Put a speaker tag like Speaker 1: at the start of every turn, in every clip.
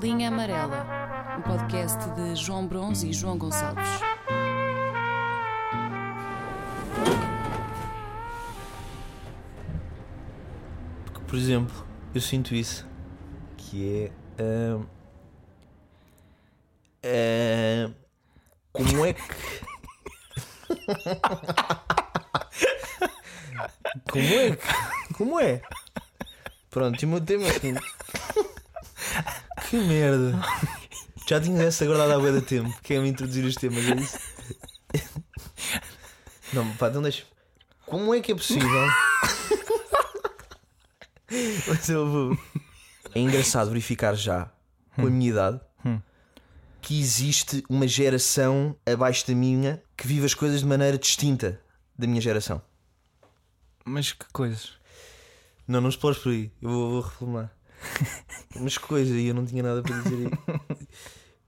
Speaker 1: Linha Amarela, um podcast de João Bronze e João Gonçalves.
Speaker 2: Porque, por exemplo, eu sinto isso. Que é. ahm, ah, como é que. como é que. Como é? Pronto, e o meu tema é o seguinte. Que merda! Já tinha essa guardada há bué de tempo. Quer me introduzir os temas, é isso? Não, pá, então deixa. Como é que é possível? Mas eu vou. Hum. É engraçado verificar já, com a minha idade, que existe uma geração abaixo da minha que vive as coisas de maneira distinta da minha geração.
Speaker 3: Mas que coisas?
Speaker 2: Não, não explores por aí, eu vou, vou reformar. mas que coisa, e eu não tinha nada para dizer aí.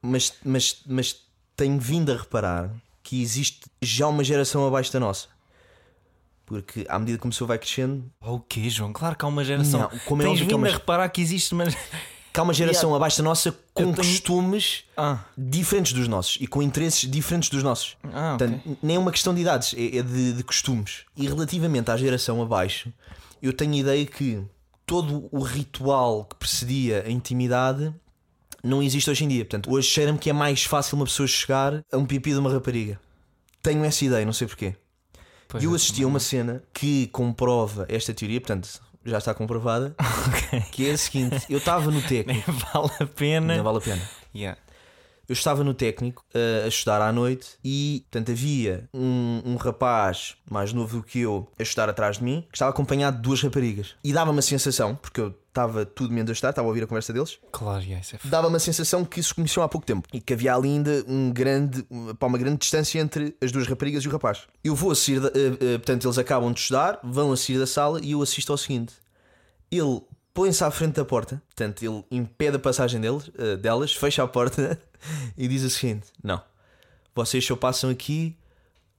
Speaker 2: Mas, mas, mas tenho vindo a reparar que existe já uma geração abaixo da nossa. Porque à medida que o meu vai crescendo,
Speaker 3: O quê, João? Claro que há uma geração.
Speaker 2: Não, como é
Speaker 3: Tens
Speaker 2: óbvio que é
Speaker 3: vindo
Speaker 2: uma-
Speaker 3: a reparar que existe, mas.
Speaker 2: que há uma geração abaixo da nossa com
Speaker 3: Eu tenho-
Speaker 2: costumes
Speaker 3: Ah,
Speaker 2: diferentes dos nossos e com interesses diferentes dos nossos.
Speaker 3: ah ok.
Speaker 2: Portanto, nem é uma questão de idades, é, é de, de costumes. E relativamente à geração abaixo, eu tenho a ideia que todo o ritual que precedia a intimidade não existe hoje em dia. Portanto, hoje cheira-me que é mais fácil uma pessoa chegar a um pipi de uma rapariga. Tenho essa ideia, não sei porquê.
Speaker 3: Pois
Speaker 2: E eu
Speaker 3: é.
Speaker 2: assisti a uma cena que comprova esta teoria, portanto, já está comprovada, que é a seguinte: eu estava no técnico,
Speaker 3: Nem vale a pena.
Speaker 2: não vale a pena.
Speaker 3: Yeah.
Speaker 2: Eu estava no técnico eh, a estudar à noite e, portanto, havia um, um rapaz mais novo do que eu a estudar atrás de mim, que estava acompanhado de duas raparigas. E dava-me a sensação, porque eu estava tudo menos a estudar, estava a ouvir a conversa deles,
Speaker 3: Claro, yeah, isso é f...
Speaker 2: dava-me a sensação que se conheciam há pouco tempo e que havia ali ainda um grande, um- pá, uma grande distância entre as duas raparigas e o rapaz. Eu vou a sair, da, eh, eh, portanto, eles acabam de estudar, vão a sair da sala e eu assisto ao seguinte: ele põe-se à frente da porta, portanto, ele impede a passagem deles, eh, delas, fecha a porta e diz o seguinte: Não, vocês só passam aqui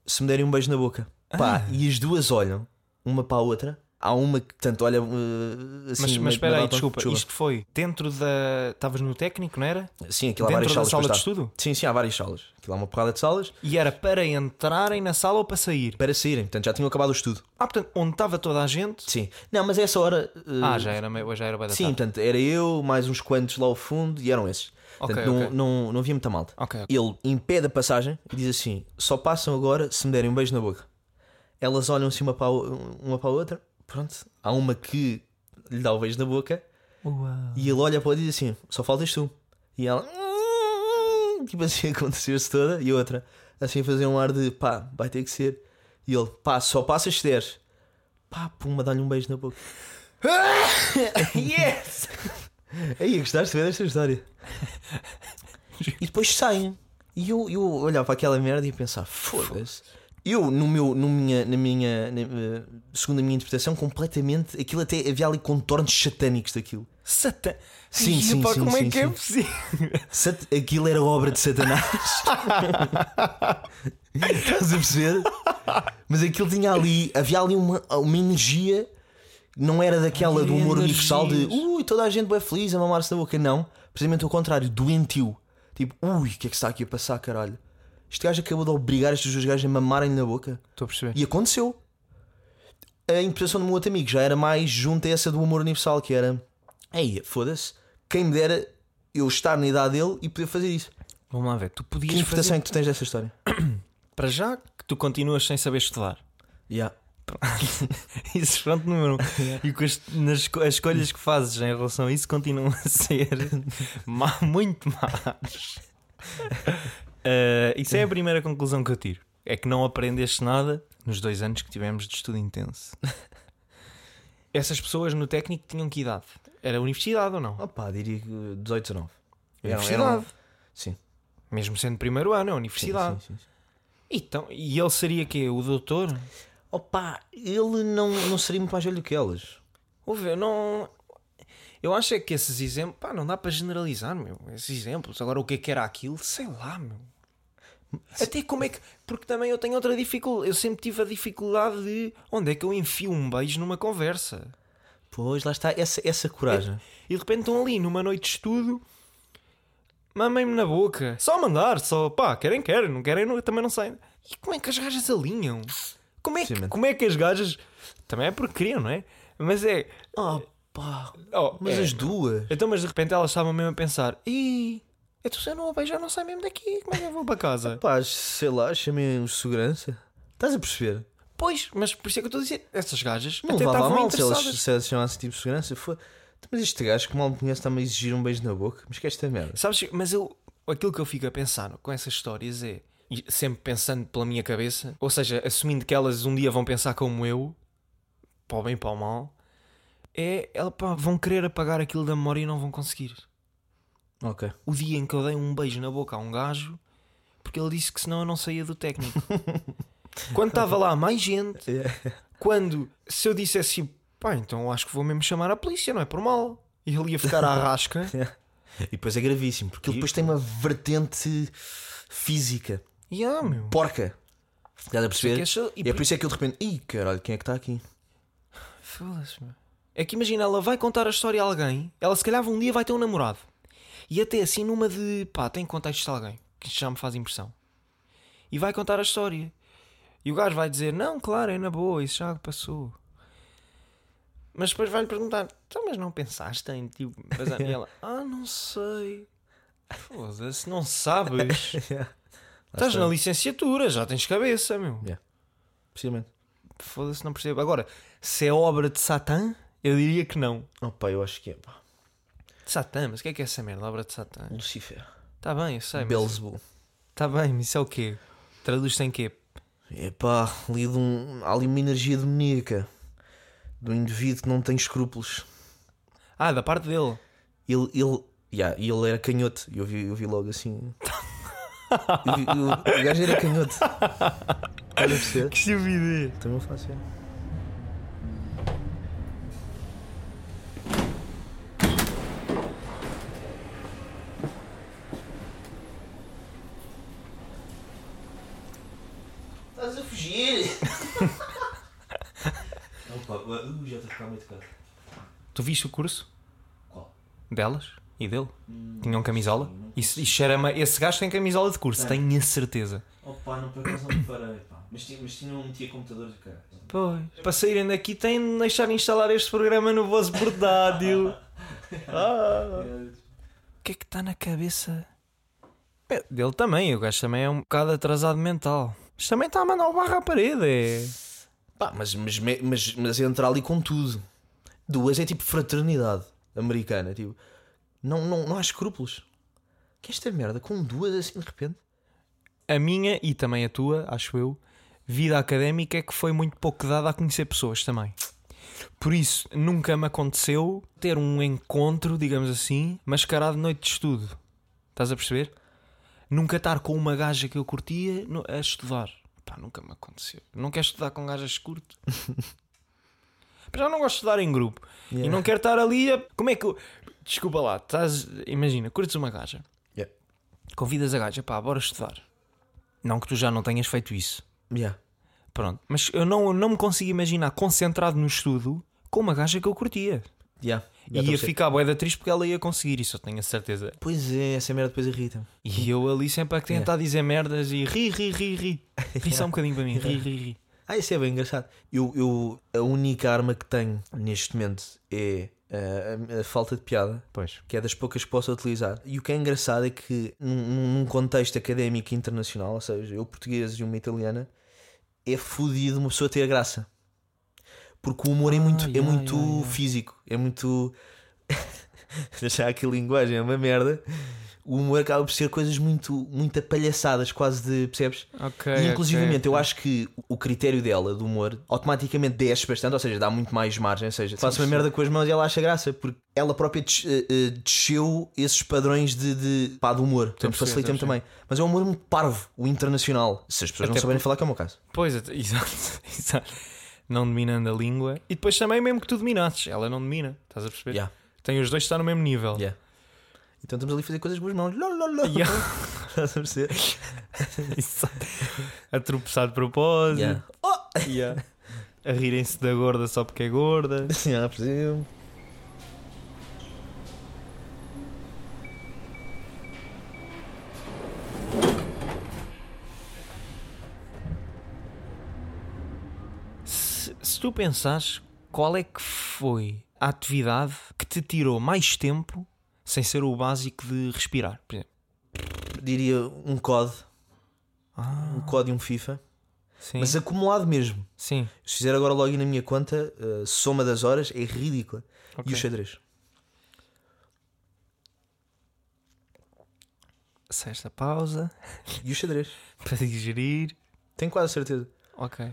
Speaker 2: se me derem um beijo na boca.
Speaker 3: Ah.
Speaker 2: Pá, e as duas olham, uma para a outra. Há uma que, tanto olha eh, assim.
Speaker 3: Mas,
Speaker 2: meio-
Speaker 3: mas espera
Speaker 2: meio
Speaker 3: aí,
Speaker 2: de lado
Speaker 3: desculpa.
Speaker 2: para-
Speaker 3: Isto foi dentro da. Estavas no técnico, não era?
Speaker 2: Sim, aquilo há
Speaker 3: Dentro
Speaker 2: várias salas
Speaker 3: da
Speaker 2: para
Speaker 3: sala de
Speaker 2: estar.
Speaker 3: estudo?
Speaker 2: Sim, sim, há várias salas. Aquilo há uma porrada de salas
Speaker 3: E era para entrarem na sala ou para sair?
Speaker 2: para saírem, portanto já tinham acabado o estudo.
Speaker 3: Ah, portanto, onde estava toda a gente.
Speaker 2: Sim. Não, mas a essa hora. eh,
Speaker 3: Ah, já era meio. Já era bué da
Speaker 2: Sim,
Speaker 3: tarde.
Speaker 2: portanto, era eu, mais uns quantos lá ao fundo e eram esses.
Speaker 3: Ok,
Speaker 2: Portanto, não,
Speaker 3: ok.
Speaker 2: Não, não havia muita malta.
Speaker 3: Ok, ok.
Speaker 2: Ele impede a passagem e diz assim: só passam agora se me derem um beijo na boca. Elas olham-se uma para, a o- uma para a outra, pronto. Há uma que lhe dá o beijo na boca
Speaker 3: Uau.
Speaker 2: e ele olha para ela e diz assim: só faltas tu. E ela, tipo assim, aconteceu-se toda. E outra, assim, a fazer um ar de pá, vai ter que ser. E ele, pá, só passas se deres. Pá, puma, dá-lhe um beijo na boca.
Speaker 3: Yes!
Speaker 2: Aí, gostaste de ver esta história? e depois saem. E eu, eu olhava para aquela merda e ia pensar: foda-se. Eu, no meu, no minha, na minha, na, eh, segundo a minha interpretação, completamente aquilo até havia ali contornos satânicos daquilo.
Speaker 3: Satan.
Speaker 2: Sim,
Speaker 3: Ai,
Speaker 2: sim,
Speaker 3: pá,
Speaker 2: sim,
Speaker 3: Como
Speaker 2: sim,
Speaker 3: é que é
Speaker 2: sim.
Speaker 3: possível?
Speaker 2: Sat- Aquilo era obra de Satanás. Estás a perceber? Mas aquilo tinha ali, havia ali uma, uma energia, não era daquela
Speaker 3: Ai,
Speaker 2: do humor
Speaker 3: energias.
Speaker 2: universal de ui, toda a gente vai feliz a mamar-se na boca. Não, precisamente o contrário, doentio. Tipo, ui, o que é que está aqui a passar, caralho? Este gajo acabou de obrigar estes dois gajos a mamarem na boca.
Speaker 3: Estou a perceber.
Speaker 2: E aconteceu. A interpretação do meu outro amigo já era mais junto a essa do humor universal, que era ei, foda-se, quem me dera eu estar na idade dele e poder fazer isso.
Speaker 3: Vamos lá ver. Tu
Speaker 2: Que
Speaker 3: podias
Speaker 2: interpretação é que tu tens dessa história?
Speaker 3: Para já que tu continuas sem saber estudar.
Speaker 2: Yeah.
Speaker 3: Isso é pronto número um. E com as, nas esco- as escolhas que fazes em relação a isso continuam a ser má, muito más. Ah, isso é a primeira conclusão que eu tiro. É que não aprendeste nada nos dois anos que tivemos de estudo intenso. Essas pessoas no técnico tinham que idade? Era universidade ou não?
Speaker 2: Opa, diria que 18, 19. É Sim,
Speaker 3: Mesmo sendo primeiro ano, é universidade.
Speaker 2: sim, sim.
Speaker 3: Então, e ele seria quê? O doutor?
Speaker 2: Opa, ele não, não seria muito mais velho que elas.
Speaker 3: Ouve, eu não. Eu acho é que esses exemplos. Pá, não dá para generalizar, meu. Esses exemplos. Agora, o que é que era aquilo? Sei lá, meu. Até como é que. Porque também eu tenho outra dificuldade. Eu sempre tive a dificuldade de. Onde é que eu enfio um beijo numa conversa?
Speaker 2: Pois, lá está, essa, essa coragem.
Speaker 3: E de repente estão ali numa noite de estudo Mamem-me na boca. Só mandar, só pá, querem, querem, não querem, não- também não saem. E como é que as gajas alinham? Como é, que,
Speaker 2: Precisamente.
Speaker 3: como é que as gajas. Também é porque queriam, não é? Mas é.
Speaker 2: Oh, pá.
Speaker 3: Oh,
Speaker 2: Mas
Speaker 3: é.
Speaker 2: as duas.
Speaker 3: Então, mas de repente elas estavam mesmo a pensar: Ih, é eu estou sendo uma já não saio mesmo daqui, como é que eu vou para casa?
Speaker 2: Pá, sei lá, chamem os de segurança. Estás a perceber?
Speaker 3: pois, mas por isso é que eu estou a dizer: essas gajas
Speaker 2: Não
Speaker 3: até
Speaker 2: levava a
Speaker 3: estavam
Speaker 2: mal se elas,
Speaker 3: interessadas.
Speaker 2: se elas chamassem tipo de segurança. Foi... Mas este gajo que mal me conhece está-me a exigir um beijo na boca. Mas que esta merda.
Speaker 3: Sabes, mas eu, aquilo que eu fico a pensar com essas histórias é, e sempre pensando pela minha cabeça, ou seja, assumindo que elas um dia vão pensar como eu, para o bem e para o mal, é, ela, pá, vão querer apagar aquilo da memória e não vão conseguir.
Speaker 2: Ok.
Speaker 3: O dia em que eu dei um beijo na boca a um gajo, porque ele disse que senão eu não saía do técnico. Quando estava lá mais gente, quando se eu dissesse assim, pá, então acho que vou mesmo chamar a polícia, não é por mal. E ele ia ficar à rasca.
Speaker 2: E depois é gravíssimo, porque ele depois tem uma vertente física.
Speaker 3: E ah, meu.
Speaker 2: Porca. Estás a
Speaker 3: é que
Speaker 2: perceber?
Speaker 3: essa- e
Speaker 2: E é por isso é que eu de repente. Ih, caralho, quem é que está aqui?
Speaker 3: Foda-se, meu. É que imagina, ela vai contar a história a alguém, ela se calhar um dia vai ter um namorado. E até assim, numa de pá, tem que contar isto a alguém, que isto já me faz impressão. E vai contar a história. E o gajo vai dizer: Não, claro, é na boa, isso já passou. Mas depois vai-lhe perguntar: Então, mas não pensaste em tipo. mas a- E ela: Ah, não sei. Foda-se, não sabes. Estás na licenciatura, já tens cabeça, meu.
Speaker 2: Precisamente.
Speaker 3: Foda-se, não percebo. Agora, se é obra de Satã, eu diria que não.
Speaker 2: Oh, pá, eu acho que é. Pá.
Speaker 3: De Satã, mas o que é que é essa merda? Obra de Satã?
Speaker 2: Lucifer.
Speaker 3: Tá bem, eu sei. Mas...
Speaker 2: Belzebu.
Speaker 3: Tá bem, mas isso é o quê? Traduz-se em quê?
Speaker 2: Epá, li de um, há ali uma energia demoníaca de um indivíduo que não tem escrúpulos.
Speaker 3: Ah, da parte dele.
Speaker 2: Ele, ele, yeah, e ele era canhoto. Eu vi, eu vi logo assim. Eu vi- eu- o gajo era canhoto. Estás a perceber?
Speaker 3: estupidez.
Speaker 2: Também eu faço, é. Estás a fugir! Opa, uh, já estou a ficar muito caro.
Speaker 3: Tu viste o curso?
Speaker 2: Qual?
Speaker 3: Delas? E dele? Tinham camisola? Isso, isso era uma- Esse gajo tem camisola de curso, tenho a certeza.
Speaker 2: Opa, não por acaso não me parei, pá. Mas tinha, mas tinha um metia computador de cara.
Speaker 3: Pois. Para saírem daqui, têm de deixar instalar este programa no vosso portátil. Ah. O que é que está na cabeça? É, Dele também, o gajo também é um bocado atrasado mental. Mas também está a mandar o barro à parede. é.
Speaker 2: Pá, mas, mas, mas, mas entra ali com tudo. Duas é tipo fraternidade americana. Tipo, não, não, não há escrúpulos. Que esta merda, com duas assim de repente.
Speaker 3: A minha e também a tua, acho eu, vida académica é que foi muito pouco dada a conhecer pessoas também. Por isso, nunca me aconteceu ter um encontro, digamos assim, mascarado de noite de estudo. Estás a perceber? Nunca estar com uma gaja que eu curtia no- a estudar. Pá, nunca me aconteceu. Não quero estudar com gajas que curto. Mas Já não gosto de estudar em grupo. E não quero estar ali a. Como é que eu. Desculpa lá, estás. Imagina, curtes uma gaja.
Speaker 2: Yeah.
Speaker 3: Convidas a gaja, pá, bora estudar. Não que tu já não tenhas feito isso.
Speaker 2: Yeah.
Speaker 3: Pronto. Mas eu não, eu não me consigo imaginar concentrado no estudo com uma gaja que eu curtia.
Speaker 2: Yeah.
Speaker 3: e
Speaker 2: estou a
Speaker 3: ia
Speaker 2: perceber.
Speaker 3: ficar bué da triste porque ela ia conseguir, isso eu tenho a certeza.
Speaker 2: Pois é, essa merda depois irrita-me.
Speaker 3: E
Speaker 2: Uhum.
Speaker 3: eu ali sempre a tentar dizer merdas e ri, ri, ri, ri. Ri só um bocadinho para mim, ri, ri, ri.
Speaker 2: Ah, isso é bem engraçado. Eu, eu, a única arma que tenho neste momento é ah, a, a falta de piada.
Speaker 3: Pois.
Speaker 2: que é das poucas que posso utilizar. E o que é engraçado é que, num, num contexto académico internacional, ou seja, eu português e uma italiana, é fodido uma pessoa ter graça. Porque o humor é
Speaker 3: Ah,
Speaker 2: muito, é
Speaker 3: yeah,
Speaker 2: muito
Speaker 3: yeah, yeah.
Speaker 2: físico, é muito. Já aqui a linguagem é uma merda. O humor acaba por ser coisas muito, muito apalhaçadas, quase de. percebes?
Speaker 3: Ok.
Speaker 2: E, inclusivamente, eu acho que o critério dela, do humor, automaticamente desce bastante, ou seja, dá muito mais margem. Ou seja, faço uma merda com as mãos e ela acha graça, porque ela própria des- eh, eh, desceu esses padrões de, de, pá, de humor. Portanto,
Speaker 3: perceber,
Speaker 2: facilita-me
Speaker 3: estou a
Speaker 2: também. Mas é um humor muito parvo, o internacional. Se as pessoas
Speaker 3: Até
Speaker 2: não souberem falar, que é o meu caso.
Speaker 3: Pois, até- exato, exato. Não dominando a língua. E depois também, mesmo que tu dominasses, ela não domina. Estás a perceber?
Speaker 2: Yeah.
Speaker 3: Tem os dois que estão no mesmo nível.
Speaker 2: Yeah. Então estamos ali a fazer coisas com as mãos. Ló, ló, ló.
Speaker 3: Yeah.
Speaker 2: Estás a perceber?
Speaker 3: Exato. a tropeçar de propósito.
Speaker 2: Yeah. Oh!
Speaker 3: Yeah. A rirem-se da gorda só porque é gorda.
Speaker 2: Yeah, por exemplo.
Speaker 3: tu pensares, qual é que foi a atividade que te tirou mais tempo sem ser o básico de respirar? Por exemplo,
Speaker 2: Diria um COD. Um COD e um FIFA.
Speaker 3: Ah. sim,
Speaker 2: Mas acumulado mesmo.
Speaker 3: sim.
Speaker 2: Se fizer agora login na minha conta, a soma das horas é ridícula.
Speaker 3: Ok.
Speaker 2: E o xadrez?
Speaker 3: Sexta pausa
Speaker 2: E o xadrez?
Speaker 3: para digerir.
Speaker 2: Tenho quase certeza.
Speaker 3: Ok.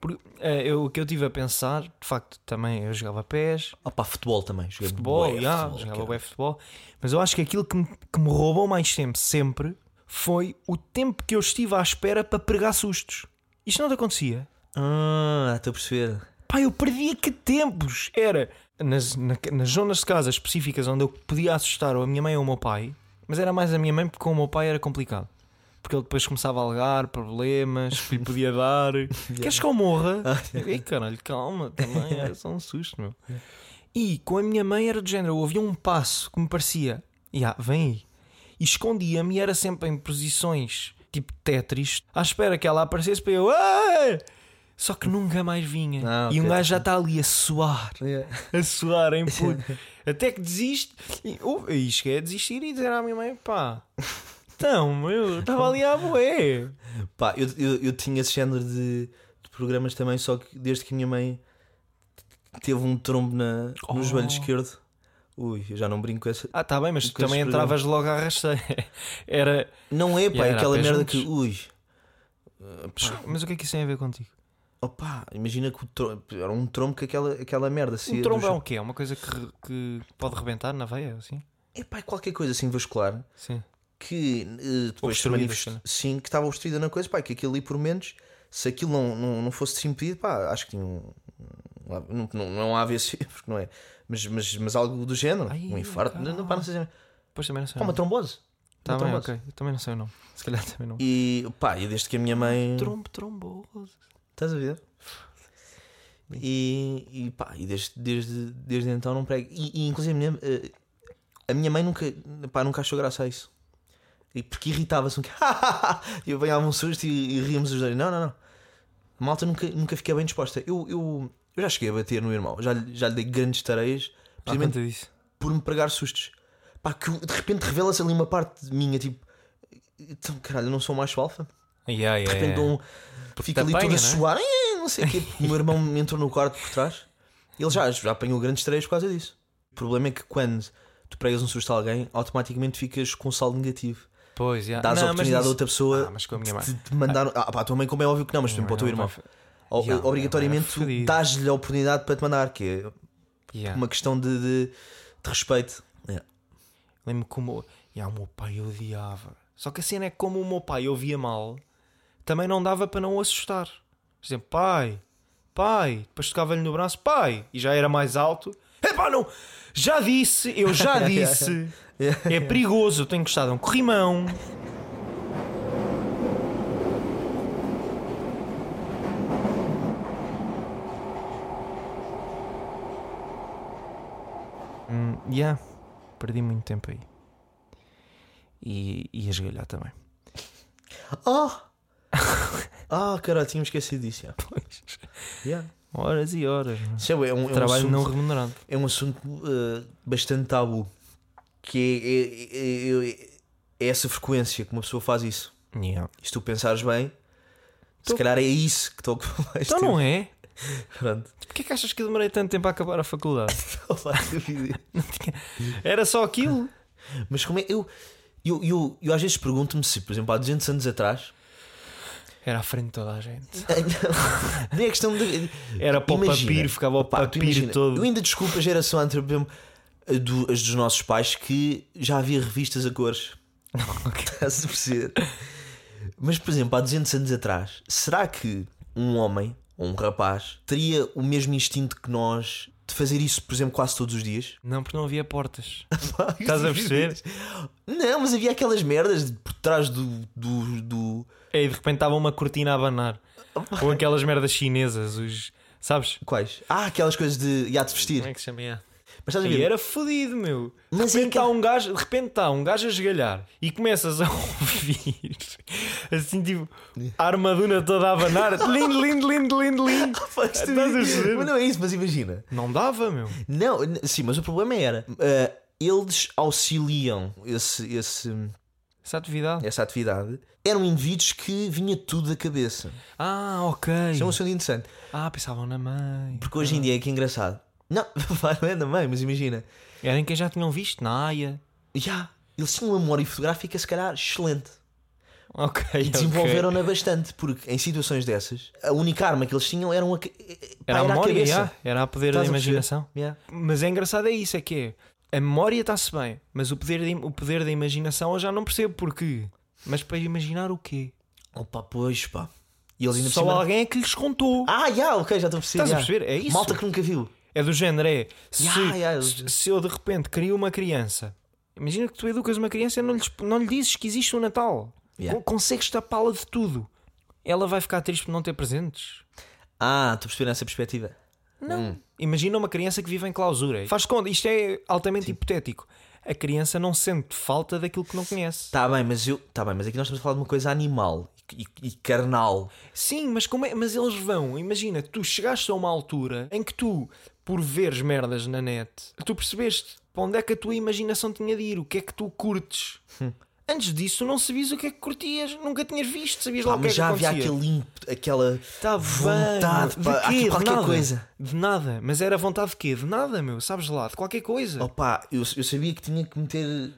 Speaker 3: Porque, eh, eu, o que eu tive a pensar, de facto, também eu jogava pés,
Speaker 2: Opa, futebol também. Joguei
Speaker 3: futebol,
Speaker 2: bué
Speaker 3: já,
Speaker 2: futebol,
Speaker 3: jogava
Speaker 2: cara.
Speaker 3: bué futebol, mas eu acho que aquilo que me, que me roubou mais tempo sempre foi o tempo que eu estive à espera para pregar sustos. Isto não te acontecia?
Speaker 2: Ah, estou a perceber.
Speaker 3: Pá, eu perdia que tempos! Era nas, na- nas zonas de casa específicas onde eu podia assustar ou a minha mãe ou o meu pai, mas era mais a minha mãe porque com o meu pai era complicado. Porque ele depois começava a alegar problemas que lhe podia dar. Queres que eu morra? Ei caralho, calma, também era só um susto, meu. E com a minha mãe era do género, eu ouvia um passo que me parecia, "Ya, vem aí. E escondia-me e era sempre em posições tipo Tetris, à espera que ela aparecesse para eu. "Ei!" Só que nunca mais vinha.
Speaker 2: Ah,
Speaker 3: E um
Speaker 2: ok.
Speaker 3: gajo já está ali a suar, a suar em puto. Até que desiste. E, oh, e cheguei a desistir e dizer à minha mãe: pá, então, eu estava ali à boé.
Speaker 2: Pá, eu, eu, eu tinha esse género de, de programas também, só que desde que a minha mãe teve um trombo na,
Speaker 3: Oh.
Speaker 2: no joelho esquerdo, ui, eu já não brinco com essa.
Speaker 3: Ah, tá bem, mas tu
Speaker 2: Com esse
Speaker 3: também
Speaker 2: programa.
Speaker 3: entravas logo à rasteira. Era.
Speaker 2: Não é, pá,
Speaker 3: Yeah,
Speaker 2: é
Speaker 3: era
Speaker 2: aquela
Speaker 3: pés
Speaker 2: merda
Speaker 3: juntos.
Speaker 2: que, ui,
Speaker 3: Mas o que é que isso tem a ver contigo?
Speaker 2: opá, imagina que o trombo, era um trombo que aquela, aquela merda.
Speaker 3: Um
Speaker 2: saía do
Speaker 3: trombo é
Speaker 2: joelho.
Speaker 3: o quê? É uma coisa que, re- que pode rebentar na veia, assim?
Speaker 2: É pá, é qualquer coisa assim vascular
Speaker 3: Sim.
Speaker 2: que eh, depois se
Speaker 3: Obstruída,
Speaker 2: manifest-
Speaker 3: sim.
Speaker 2: sim, que estava obstruída na coisa, pá, que aquilo ali por menos, se aquilo não, não, não fosse desimpedido, pá, acho que tinha um. um A- Não, não, não há AVC, porque não é, mas, mas, mas algo do género,
Speaker 3: Ai,
Speaker 2: um infarto,
Speaker 3: caralho.
Speaker 2: não, não, pá, não sei,
Speaker 3: Pois também não sei.
Speaker 2: pá,
Speaker 3: o
Speaker 2: uma
Speaker 3: nome.
Speaker 2: trombose.
Speaker 3: Tá
Speaker 2: Uma
Speaker 3: bem,
Speaker 2: trombose.
Speaker 3: ok. Eu também não sei o nome. Se calhar também não.
Speaker 2: E pá, e desde que a minha mãe.
Speaker 3: Trombo, trombose.
Speaker 2: Estás a ver? E, e pá, e desde, desde, desde então não prego. E, e, inclusive a minha, eh, a minha mãe nunca, pá, nunca achou graça a isso. E porque irritava-se um que eu apanhava um susto e, e ríamos os dois. Não, não, não. A malta nunca, nunca fiquei bem disposta. Eu, eu, eu já cheguei a bater no irmão, já, lhe- já lhe dei grandes tareias, precisamente
Speaker 3: Precisamente disso.
Speaker 2: por me pregar sustos. Pá, que eu- de repente revela-se ali uma parte de minha, tipo, então caralho, eu não sou mais alfa.
Speaker 3: Yeah, yeah,
Speaker 2: De repente dou um. Fica ali todo
Speaker 3: te apanha,
Speaker 2: a
Speaker 3: não é?
Speaker 2: suar, "Eh", não sei o quê. O meu irmão entrou no quarto por trás. Ele já, já apanhou grandes três por causa disso. O problema é que quando tu pregas um susto a alguém, automaticamente ficas com um saldo negativo.
Speaker 3: Pois, yeah.
Speaker 2: Dás
Speaker 3: Não,
Speaker 2: a
Speaker 3: mas
Speaker 2: oportunidade a
Speaker 3: isso-
Speaker 2: outra pessoa
Speaker 3: Ah, mas com a minha mãe.
Speaker 2: de te mandar. Ah, pá, a tua mãe, como é óbvio que não, mas por exemplo, para o teu irmão. O-
Speaker 3: Yeah,
Speaker 2: obrigatoriamente,
Speaker 3: minha mãe é
Speaker 2: tu dás-lhe a oportunidade para te mandar, que é
Speaker 3: Yeah.
Speaker 2: uma questão de, de, de respeito. É.
Speaker 3: Lembro-me como. Yeah, o meu pai odiava. Só que a cena é que como o meu pai ouvia mal, também não dava para não o assustar. Por exemplo, pai, pai, depois tocava-lhe no braço, pai, e já era mais alto. Epá, não! Já disse, eu já disse. é perigoso, eu tenho gostado de um corrimão. Hum, yeah, perdi muito tempo aí. E, e a esgalhar também.
Speaker 2: Oh! Ah, caralho, tinha esquecido disso. yeah. Yeah.
Speaker 3: Horas e horas. mano.
Speaker 2: Isso é, é um, é um
Speaker 3: Trabalho
Speaker 2: assunto-
Speaker 3: não remunerado.
Speaker 2: é um assunto eh, bastante tabu. Que é- é, é- é- é essa frequência que uma pessoa faz isso.
Speaker 3: Yeah.
Speaker 2: E se tu pensares bem, se
Speaker 3: Tô-
Speaker 2: calhar é isso que estou com mais
Speaker 3: Então não é?
Speaker 2: Pronto.
Speaker 3: Porquê que achas que eu demorei tanto tempo a acabar a faculdade?
Speaker 2: Não faço ideia.
Speaker 3: Era só aquilo?
Speaker 2: Mas como é. Eu, eu, eu, eu às vezes pergunto-me se, por exemplo, há 200 anos atrás.
Speaker 3: Era à frente de toda a gente.
Speaker 2: Nem é questão de.
Speaker 3: Era para o
Speaker 2: Imagina.
Speaker 3: papiro, ficava o
Speaker 2: Pá, tu
Speaker 3: papiro
Speaker 2: imagina, Eu
Speaker 3: todo.
Speaker 2: ainda desculpo a geração anterior, por exemplo, a eh, do- as dos nossos pais, que já havia revistas a cores. Estás a perceber? Mas, por exemplo, há 200 anos atrás, será que um homem ou um rapaz teria o mesmo instinto que nós de fazer isso, por exemplo, quase todos os dias?
Speaker 3: Não, porque não havia portas. Estás a perceber?
Speaker 2: Não, mas havia aquelas merdas de- por trás do. do, do...
Speaker 3: E de repente estava uma cortina a abanar. Ou aquelas merdas chinesas, os. Sabes?
Speaker 2: Quais? Ah, aquelas coisas de. e há de vestir.
Speaker 3: Como é que se chama?
Speaker 2: Mas estás a
Speaker 3: E
Speaker 2: ver?
Speaker 3: era fodido, meu.
Speaker 2: Mas
Speaker 3: de
Speaker 2: é
Speaker 3: repente
Speaker 2: que-
Speaker 3: há um gajo, de repente está um gajo a esgalhar e começas a ouvir assim tipo a armadura toda a abanar. lindo, lindo, lindo, lindo, lindo.
Speaker 2: Faz tudo
Speaker 3: Estás a
Speaker 2: isso.
Speaker 3: perceber?
Speaker 2: Mas não é isso, mas imagina.
Speaker 3: Não dava, meu.
Speaker 2: Não, n- sim, mas o problema era. ah, eles auxiliam esse, esse,
Speaker 3: Essa atividade.
Speaker 2: essa atividade. Eram indivíduos que vinha tudo da cabeça.
Speaker 3: Ah, ok.
Speaker 2: Isso é um assunto interessante.
Speaker 3: Ah, pensavam na mãe.
Speaker 2: Porque hoje em dia é que é engraçado. Não, vai, não é da mãe, mas imagina.
Speaker 3: Era em quem já tinham visto na AIA.
Speaker 2: Já, eles tinham uma memória fotográfica, se calhar, excelente.
Speaker 3: Ok.
Speaker 2: E desenvolveram-na bastante, porque em situações dessas, a única arma que eles tinham era uma. ca- eh,
Speaker 3: Era a
Speaker 2: pá,
Speaker 3: memória,
Speaker 2: cabeça.
Speaker 3: já. era a poder da
Speaker 2: Estás a perceber?
Speaker 3: imaginação.
Speaker 2: Yeah.
Speaker 3: Mas é engraçado é isso, é que é. A memória está-se bem, mas o poder, de- o poder da imaginação eu já não percebo porquê. Mas para imaginar o quê?
Speaker 2: Opa, pois pá. E eles ainda por
Speaker 3: Só
Speaker 2: cima-
Speaker 3: alguém é que lhes contou.
Speaker 2: Ah, já, ok, já estou a perceber.
Speaker 3: Estás a
Speaker 2: já.
Speaker 3: perceber? É isso.
Speaker 2: Malta que nunca viu.
Speaker 3: É do género, é. Se,
Speaker 2: Ya, ya, eles-
Speaker 3: se- se eu de repente crio uma criança, imagina que tu educas uma criança e não, lhes- não lhe dizes que existe um Natal.
Speaker 2: Ya.
Speaker 3: Con- Consegues tapá-la de tudo. Ela vai ficar triste por não ter presentes.
Speaker 2: Ah, estou a perceber nessa perspectiva.
Speaker 3: Não. Imagina uma criança que vive em clausura. Faz conta, isto é altamente hipotético. A criança não sente falta daquilo que não conhece.
Speaker 2: Tá bem, mas eu. Tá bem, mas aqui nós estamos a falar de uma coisa animal e, e- e carnal.
Speaker 3: Sim, mas como é? Mas eles vão. Imagina, tu chegaste a uma altura em que tu, por veres merdas na net, tu percebeste para onde é que a tua imaginação tinha de ir, o que é que tu curtes.
Speaker 2: Hum.
Speaker 3: Antes disso, não sabias o que é que curtias, nunca tinhas visto, sabias lá
Speaker 2: Pá,
Speaker 3: o que é
Speaker 2: mas
Speaker 3: que
Speaker 2: já havia
Speaker 3: acontecia.
Speaker 2: aquele ímpeto, aquela
Speaker 3: Tá bem,
Speaker 2: vontade
Speaker 3: meu.
Speaker 2: pá,
Speaker 3: De quê?
Speaker 2: aqui
Speaker 3: De
Speaker 2: qualquer
Speaker 3: nada.
Speaker 2: coisa.
Speaker 3: De nada. Mas era vontade de quê? De nada, meu. Sabes lá, de qualquer coisa.
Speaker 2: Opa, eu, eu sabia que tinha que meter.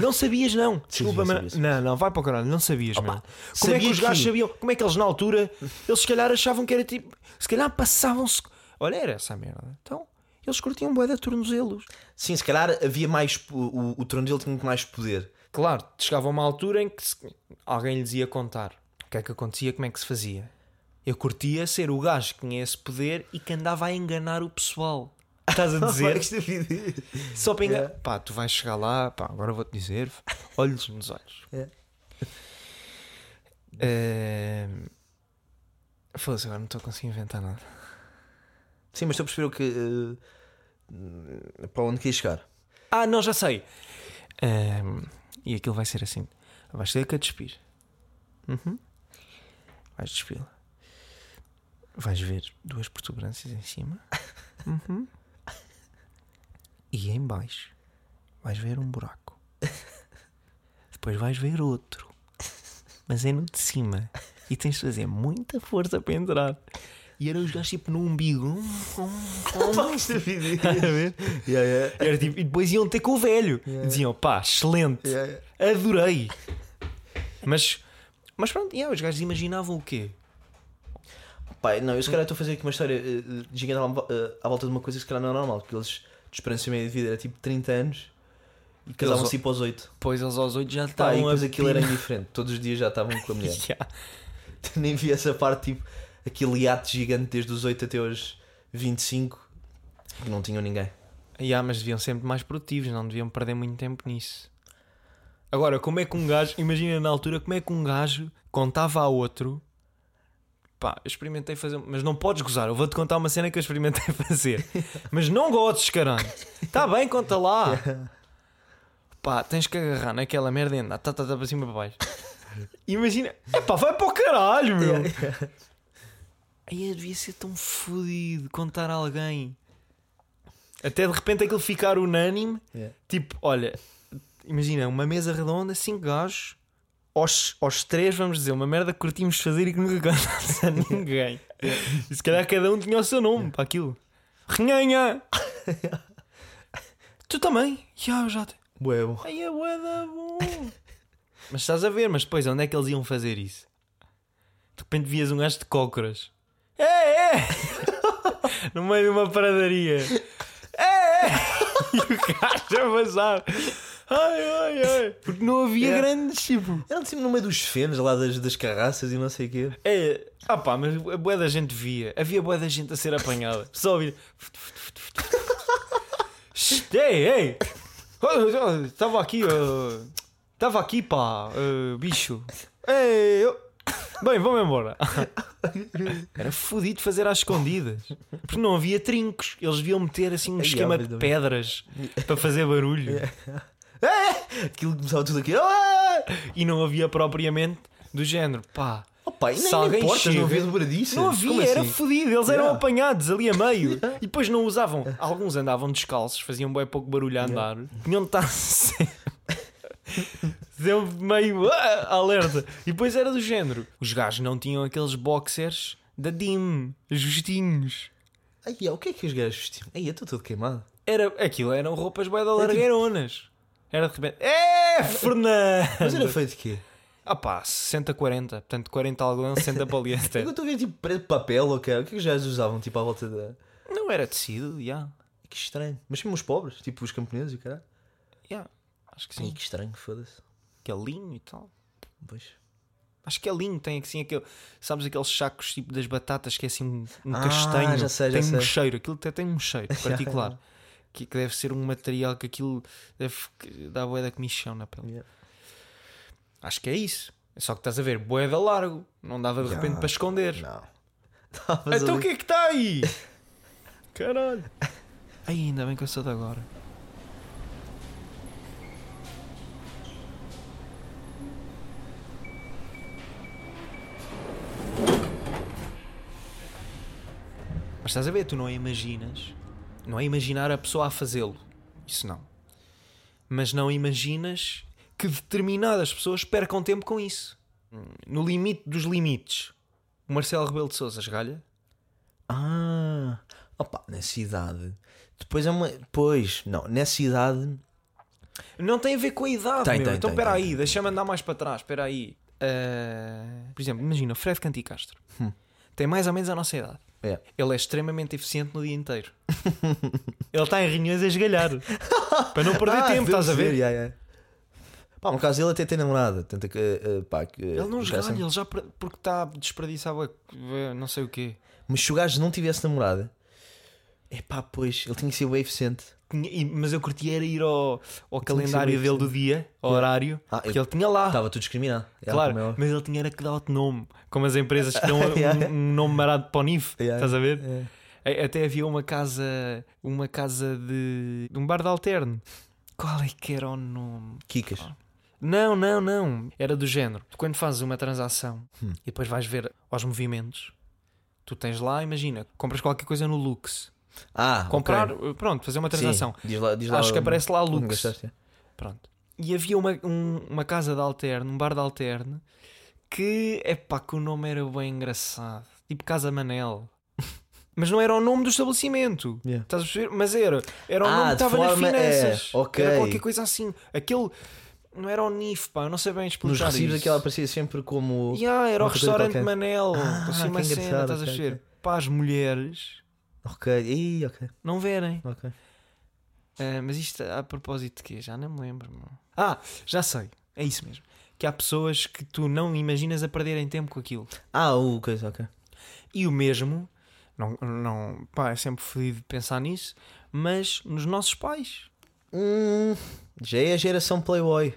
Speaker 3: Não sabias, não.
Speaker 2: Sim,
Speaker 3: Desculpa,
Speaker 2: sim,
Speaker 3: mas.
Speaker 2: sabia, sim.
Speaker 3: Não, não, vai para o caralho, não sabias, meu. Como é que
Speaker 2: sabia
Speaker 3: os gajos
Speaker 2: que-
Speaker 3: sabiam? Como é que eles na altura, eles se calhar achavam que era tipo. Se calhar passavam-se. Olha, era essa a merda. Então, eles curtiam boé de tornozelos.
Speaker 2: Sim, se calhar havia mais. po- O, o trono dele tinha muito mais poder.
Speaker 3: Claro, chegava uma altura em que se- alguém lhes ia contar o que é que acontecia, como é que se fazia. Eu curtia ser o gajo que tinha esse poder e que andava a enganar o pessoal. Estás a dizer? Só para enganar. Pá, tu vais chegar lá, pá, agora vou-te dizer, olhos nos olhos.
Speaker 2: É.
Speaker 3: Ehm, Foda-se, agora não estou a conseguir inventar nada.
Speaker 2: Sim, mas estou a perceber o que. eh, para onde queria chegar.
Speaker 3: Ah, não, já sei. Ehm, e aquilo vai ser assim: vais ter que a despir. Uhum. Vais despi-la. Vais ver duas protuberâncias em cima. Uhum. E em baixo vais ver um buraco. Depois vais ver outro. Mas é no de cima. E tens de fazer muita força para entrar. E era os gajos tipo no umbigo. Hum, hum, hum. Estás a ver?
Speaker 2: Yeah, yeah.
Speaker 3: Era tipo- e depois iam ter com o velho. Diziam, pá, excelente,
Speaker 2: Yeah.
Speaker 3: adorei. Mas, mas pronto, yeah, os gajos imaginavam o quê?
Speaker 2: Pai, não, eu se calhar estou a fazer aqui uma história eh, eh, gigante à, eh, à volta de uma coisa que se calhar não é normal, porque eles de esperança média de vida era tipo 30 anos e casavam-se tipo aos 8.
Speaker 3: Pois eles aos 8
Speaker 2: Pá,
Speaker 3: já
Speaker 2: e
Speaker 3: estavam
Speaker 2: depois
Speaker 3: a
Speaker 2: aquilo era indiferente, todos os dias já estavam com a mulher. Nem vi essa parte, tipo, aquele hiato gigante desde os 8 até aos 25, que não tinham ninguém.
Speaker 3: Yeah, mas deviam ser muito mais produtivos, não deviam perder muito tempo nisso. Agora, como é que um gajo, imagina na altura, como é que um gajo contava a outro, pá, eu experimentei fazer, mas não podes gozar, eu vou-te contar uma cena que eu experimentei fazer, mas não gozes, caralho, tá bem, conta lá, pá, tens que agarrar naquela merda e andar, tá, tá, tá, para cima e para baixo. Imagina, epá, vai para o caralho, meu. Aí eu devia ser tão fodido contar a alguém. Até de repente aquilo ficar unânime.
Speaker 2: Yeah.
Speaker 3: Tipo, olha, imagina, uma mesa redonda, cinco gajos. Aos, aos três, vamos dizer, uma merda que curtimos fazer e que nunca contámos a ninguém. E se calhar cada um tinha o seu nome para aquilo. Renhanha! tu também? Já, eu já. te-
Speaker 2: Bué, bom.
Speaker 3: Ai, é bué da bom. mas estás a ver, mas depois onde é que eles iam fazer isso? De repente vias um gajo de cócoras. É, é! no meio de uma paradaria. É, é! e o gajo a passar. Ai, ai, ai. Porque não havia
Speaker 2: É.
Speaker 3: grandes, tipo.
Speaker 2: Era tipo no meio dos fenos lá das, das carraças e não sei o quê.
Speaker 3: É. Ah pá, mas a boa da gente via. Havia boa da gente a ser apanhada. Só ouvir. Shhh, ei, ei! Estava aqui. Estava aqui, pá, eh, bicho. Ei, eh, eu. Bem, vamos embora. Era fodido fazer às escondidas. Porque não havia trincos. Eles deviam meter assim um
Speaker 2: Ai,
Speaker 3: esquema de
Speaker 2: óbvio.
Speaker 3: pedras para fazer barulho.
Speaker 2: É! Aquilo começava tudo aqui. Ah!
Speaker 3: E não havia propriamente do género. Pá,
Speaker 2: Opa, e nem,
Speaker 3: Se
Speaker 2: nem
Speaker 3: alguém
Speaker 2: portas,
Speaker 3: chega-
Speaker 2: não havia dobradiças.
Speaker 3: não havia,
Speaker 2: Como
Speaker 3: era
Speaker 2: assim?
Speaker 3: fodido. Eles eram
Speaker 2: Yeah.
Speaker 3: apanhados ali a meio. E depois não usavam. Alguns andavam descalços, faziam bem pouco barulho a andar. Tinham de estar sempre. Deu meio ah, alerta. E depois era do género. Os gajos não tinham aqueles boxers da DIM, justinhos.
Speaker 2: Ai, é, o que é que os gajos vestiam? Ai, eu estou todo queimado.
Speaker 3: Era, aquilo eram roupas bué da largueironas. Era de repente. É,
Speaker 2: Mas era
Speaker 3: Fernando!
Speaker 2: feito de quê?
Speaker 3: Ah pá, 60-40. Portanto, 40 algodão, 60
Speaker 2: Eu
Speaker 3: poliéster.
Speaker 2: estou a ver tipo preto de papel ou quê? O que é que os gajos usavam tipo à volta da.
Speaker 3: Não era tecido, já.
Speaker 2: Que estranho. Mas mesmo os pobres, tipo os camponeses e o caralho.
Speaker 3: já. Acho que
Speaker 2: Ai,
Speaker 3: sim.
Speaker 2: que estranho, foda-se.
Speaker 3: Que é linho e tal.
Speaker 2: Pois.
Speaker 3: Acho que é linho, tem assim aquele. Sabes aqueles sacos tipo das batatas que é assim um, um
Speaker 2: Ah,
Speaker 3: castanho.
Speaker 2: já sei, já
Speaker 3: tem um
Speaker 2: sei.
Speaker 3: cheiro, aquilo até tem um cheiro particular. que, que deve ser um material que aquilo deve que dá boeda comichão na pele.
Speaker 2: Yeah.
Speaker 3: Acho que é isso. Só que estás a ver, boeda largo. Não dava de
Speaker 2: Yeah.
Speaker 3: repente para esconder.
Speaker 2: Não. Estavas
Speaker 3: Então o
Speaker 2: ali-
Speaker 3: que é que está aí? Caralho. Ai, ainda bem que eu sou de agora. Mas estás a ver, tu não imaginas. Não é imaginar a pessoa a fazê-lo. Isso não. Mas não imaginas que determinadas pessoas percam tempo com isso. No limite dos limites. O Marcelo Rebelo de Sousa esgalha.
Speaker 2: Ah, opa, nessa idade. Depois é uma. Pois, não, nessa idade.
Speaker 3: Não tem a ver com a idade,
Speaker 2: Tem,
Speaker 3: meu.
Speaker 2: tem,
Speaker 3: então
Speaker 2: tem,
Speaker 3: espera
Speaker 2: tem,
Speaker 3: aí, deixa-me andar mais para trás, espera aí. Ah, por exemplo, imagina, o Fred Canticastro.
Speaker 2: Hum.
Speaker 3: Tem mais ou menos a nossa idade.
Speaker 2: É.
Speaker 3: Ele é extremamente eficiente no dia inteiro. Ele está em reuniões a esgalhar. para não perder
Speaker 2: Ah,
Speaker 3: tempo,
Speaker 2: deve
Speaker 3: estás a
Speaker 2: ser,
Speaker 3: ver?
Speaker 2: já, já. Pá, no caso ele até tem namorada. Tenta que. eh, pá, que
Speaker 3: Ele não esgalha,
Speaker 2: interessa-me.
Speaker 3: ele já per- porque está a desperdiçar bué- bué, não sei o quê.
Speaker 2: Mas se o gajo não tivesse namorada. É pá, pois, ele tinha que ser bem eficiente.
Speaker 3: Tinha- e- Mas eu curtia era ir ao,
Speaker 2: Tinha
Speaker 3: ao
Speaker 2: que ser
Speaker 3: calendário
Speaker 2: bem
Speaker 3: dele do dia, ao horário,
Speaker 2: Ah,
Speaker 3: porque
Speaker 2: eu-
Speaker 3: ele tinha lá.
Speaker 2: Estava tudo discriminado. É,
Speaker 3: Claro,
Speaker 2: como é óbvio.
Speaker 3: mas ele tinha era que dar outro nome, como as empresas que dão
Speaker 2: Yeah.
Speaker 3: um, um nome marado para o NIF,
Speaker 2: Yeah.
Speaker 3: estás a ver?
Speaker 2: É.
Speaker 3: A- Até havia uma casa, uma casa de, de um bar de alterno. Qual é que era o nome?
Speaker 2: Kikas.
Speaker 3: Ah. Não, não, não. Era do género. Tu quando fazes uma transação
Speaker 2: Hum.
Speaker 3: e depois vais ver aos movimentos, tu tens lá, imagina, compras qualquer coisa no Lux.
Speaker 2: Ah,
Speaker 3: Comprar,
Speaker 2: ok.
Speaker 3: pronto, fazer uma
Speaker 2: Sim,
Speaker 3: transação.
Speaker 2: Diz lá, diz lá
Speaker 3: Acho que aparece lá
Speaker 2: onde
Speaker 3: Lux.
Speaker 2: gastaste, é.
Speaker 3: Pronto. E havia uma, um- uma casa de alterno, um bar de alterno, que é pá, que o nome era bem engraçado. Tipo Casa Manel. Mas não era o nome do estabelecimento.
Speaker 2: Yeah.
Speaker 3: Estás a perceber? Mas era. Era o
Speaker 2: Ah,
Speaker 3: nome que
Speaker 2: de
Speaker 3: estava nas
Speaker 2: forma- é,
Speaker 3: finanças.
Speaker 2: ok.
Speaker 3: Era qualquer coisa assim. Aquele. Não era o NIF, pá, eu não sei bem explicar.
Speaker 2: Nos recibos
Speaker 3: isso.
Speaker 2: aquela aparecia sempre como.
Speaker 3: Yeah, era o
Speaker 2: uma coisa
Speaker 3: restaurante
Speaker 2: qualquer.
Speaker 3: Manel.
Speaker 2: Ah,
Speaker 3: assim, uma
Speaker 2: que
Speaker 3: cena,
Speaker 2: engraçado,
Speaker 3: estás a
Speaker 2: ok,
Speaker 3: perceber?
Speaker 2: ok.
Speaker 3: Para as mulheres
Speaker 2: Ok, Ih, ok,
Speaker 3: não verem.
Speaker 2: ok.
Speaker 3: Ah, mas isto a propósito de quê? Já nem me lembro. meu. Ah, já sei. É isso mesmo. Que há pessoas que tu não imaginas a perderem tempo com aquilo.
Speaker 2: Ah, o coisa, ok.
Speaker 3: E o mesmo, não, não, pá, é sempre fodido pensar nisso, mas nos nossos pais.
Speaker 2: Hum, já é a geração Playboy.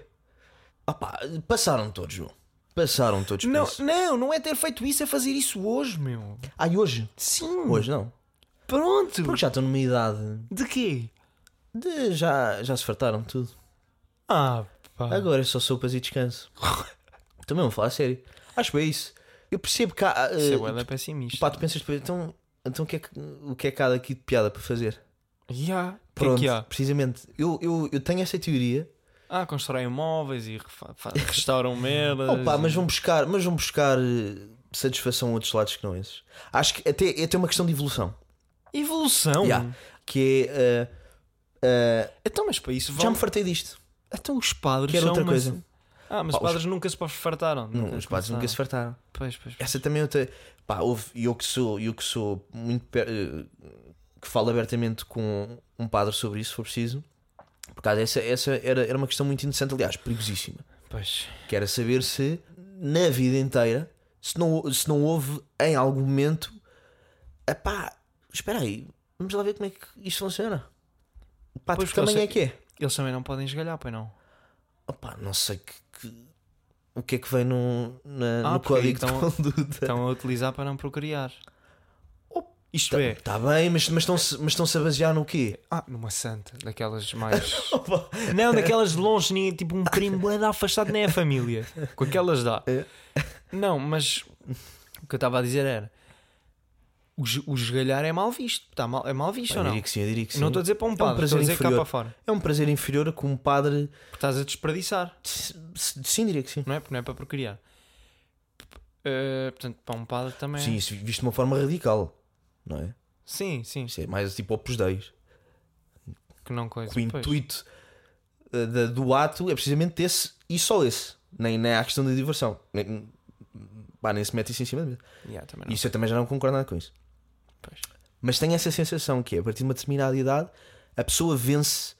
Speaker 2: Ah pá, passaram todos, João. Passaram todos. por
Speaker 3: Não,
Speaker 2: isso.
Speaker 3: não, não é ter feito isso, é fazer isso hoje, meu.
Speaker 2: Ah, e hoje?
Speaker 3: Sim.
Speaker 2: Hoje não.
Speaker 3: Pronto.
Speaker 2: Porque já estão numa idade
Speaker 3: De quê?
Speaker 2: de. Já, já se fartaram de tudo.
Speaker 3: Ah, pá.
Speaker 2: Agora é só sopas e descanso. Também vou falar a sério. Acho bem isso. Eu percebo que há. ah,
Speaker 3: Isso é
Speaker 2: ah,
Speaker 3: bué da pessimista.
Speaker 2: pá, tu pensas depois, então, então o, que é que, o que é que há daqui de piada para fazer?
Speaker 3: Ya, o que é
Speaker 2: Pronto,
Speaker 3: que há?
Speaker 2: precisamente. Eu, eu, eu tenho essa teoria.
Speaker 3: Ah, constroem móveis e refa- fa- restauram merdas.
Speaker 2: Opa, mas
Speaker 3: e-
Speaker 2: vão buscar, mas vão buscar eh, satisfação a outros lados que não esses. Acho que até, é até uma questão de evolução.
Speaker 3: Evolução.
Speaker 2: Ya. Que é. eh, eh,
Speaker 3: Então, mas para isso
Speaker 2: já
Speaker 3: vão
Speaker 2: me fartei disto.
Speaker 3: Então os padres
Speaker 2: Quero
Speaker 3: são
Speaker 2: outra
Speaker 3: uma-
Speaker 2: coisa.
Speaker 3: Ah, mas
Speaker 2: Pá,
Speaker 3: os padres nunca se fartaram.
Speaker 2: Não, os padres nunca se
Speaker 3: fartaram.
Speaker 2: fartaram.
Speaker 3: Pois, pois.
Speaker 2: Essa também é outra. Pá, houve. E eu que sou, eu que sou muito. per- eh, que falo abertamente com um padre sobre isso, se for preciso. Por causa essa, essa era, era uma questão muito interessante, aliás, perigosíssima.
Speaker 3: Pois.
Speaker 2: Que era saber se, na vida inteira, se não, se não houve em algum momento. Epá, espera aí, vamos lá ver como é que isto funciona. Pá,
Speaker 3: Pois,
Speaker 2: pois, que tamanho
Speaker 3: você-
Speaker 2: é que é?
Speaker 3: Eles também não podem esgalhar, pois não?
Speaker 2: Opá, não sei que, que- o que é que vem no, na-
Speaker 3: Ah,
Speaker 2: no
Speaker 3: porque
Speaker 2: código
Speaker 3: então-
Speaker 2: de conduta.
Speaker 3: Estão a utilizar para não procriar. Isto é.
Speaker 2: Está Tá bem, mas, mas estão-se mas estão-se a basear no quê?
Speaker 3: Ah, numa santa, daquelas mais. não, daquelas de longe, ninguém, tipo um primo bué de afastado, nem é família. Com aquelas dá.
Speaker 2: É.
Speaker 3: Não, mas o que eu estava a dizer era: o, ge- o esgalhar é mal visto. Tá mal, é mal visto
Speaker 2: Eu
Speaker 3: ou não?
Speaker 2: diria que sim, eu diria que sim.
Speaker 3: Não estou a dizer para um
Speaker 2: um
Speaker 3: padre, estou
Speaker 2: prazer
Speaker 3: a dizer cá
Speaker 2: inferior.
Speaker 3: para fora.
Speaker 2: É um prazer inferior a que um padre.
Speaker 3: Porque estás a desperdiçar,
Speaker 2: Sim, diria que sim.
Speaker 3: não é? Porque não é para procriar. P- eh, portanto, para um padre também.
Speaker 2: Sim, isso visto de uma forma radical. Não é?
Speaker 3: sim, sim.
Speaker 2: Isto é mais tipo Opus Dei.
Speaker 3: Que não coisa.
Speaker 2: O
Speaker 3: Pois.
Speaker 2: intuito eh, da- do ato é precisamente esse e só esse. Nem, nem há questão de diversão. Nem, pá, nem se mete isso em cima da mesa.
Speaker 3: Yeah, também não.
Speaker 2: Isso eu também já não concordo nada com isso.
Speaker 3: Pois.
Speaker 2: Mas tenho essa sensação que é, a partir de uma determinada idade, a pessoa vence.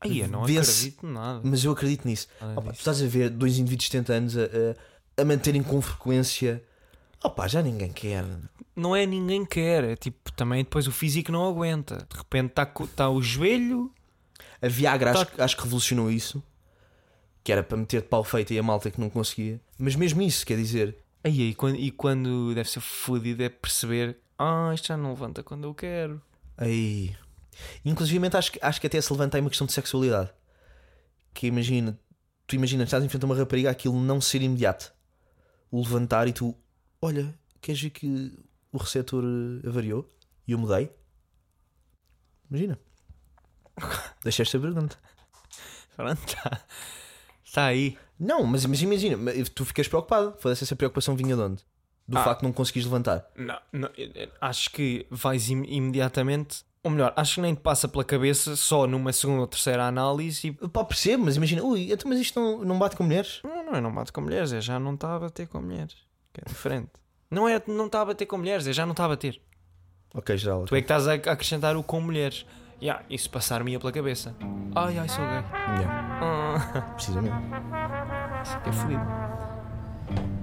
Speaker 3: Ai, eu não
Speaker 2: vê-se-
Speaker 3: acredito nada.
Speaker 2: Mas eu acredito nisso.
Speaker 3: Nada
Speaker 2: Opa, tu
Speaker 3: disso.
Speaker 2: estás a ver dois indivíduos de 70 anos a, a, a manterem com frequência. Opa, já ninguém quer.
Speaker 3: não é ninguém quer, é tipo, também depois o físico não aguenta. De repente está tá o joelho,
Speaker 2: A Viagra acho,
Speaker 3: Tá-
Speaker 2: que- acho que revolucionou isso. Que era para meter de pau feito e a malta que não conseguia. Mas mesmo isso, quer dizer,
Speaker 3: aí, e, quando, e quando deve ser fodido é perceber, ah, isto já não levanta quando eu quero.
Speaker 2: Aí. Inclusive, acho, que- acho que até se levanta aí uma questão de sexualidade. Que imagina, tu imaginas, estás em frente a uma rapariga, aquilo não ser imediato. O levantar e tu, olha, queres ver que o receptor eh, avariou e eu mudei? Imagina. Deixei esta pergunta.
Speaker 3: Pronto, está tá aí.
Speaker 2: Não, mas, mas imagina, mas tu ficas preocupado. Foda-se, essa preocupação vinha de onde? Do
Speaker 3: Ah.
Speaker 2: facto de não conseguires levantar.
Speaker 3: Não, não, eu- eu acho que vais im- imediatamente, ou melhor, acho que nem te passa pela cabeça só numa segunda ou terceira análise e.
Speaker 2: Pá, percebo, mas imagina, ui, então, mas isto não, não bate com mulheres?
Speaker 3: Não, é, não, eu não bato com mulheres, eu já não está a bater com mulheres. Que é diferente. Não é, não está a bater com mulheres, eu já não está a bater.
Speaker 2: Ok, geral.
Speaker 3: Tu é que estás a acrescentar o com mulheres. Ya, isso passar-me ia pela cabeça. Ai, ai, sou gay.
Speaker 2: Yeah,
Speaker 3: é Ah,
Speaker 2: precisamente.
Speaker 3: isso é que é fodido.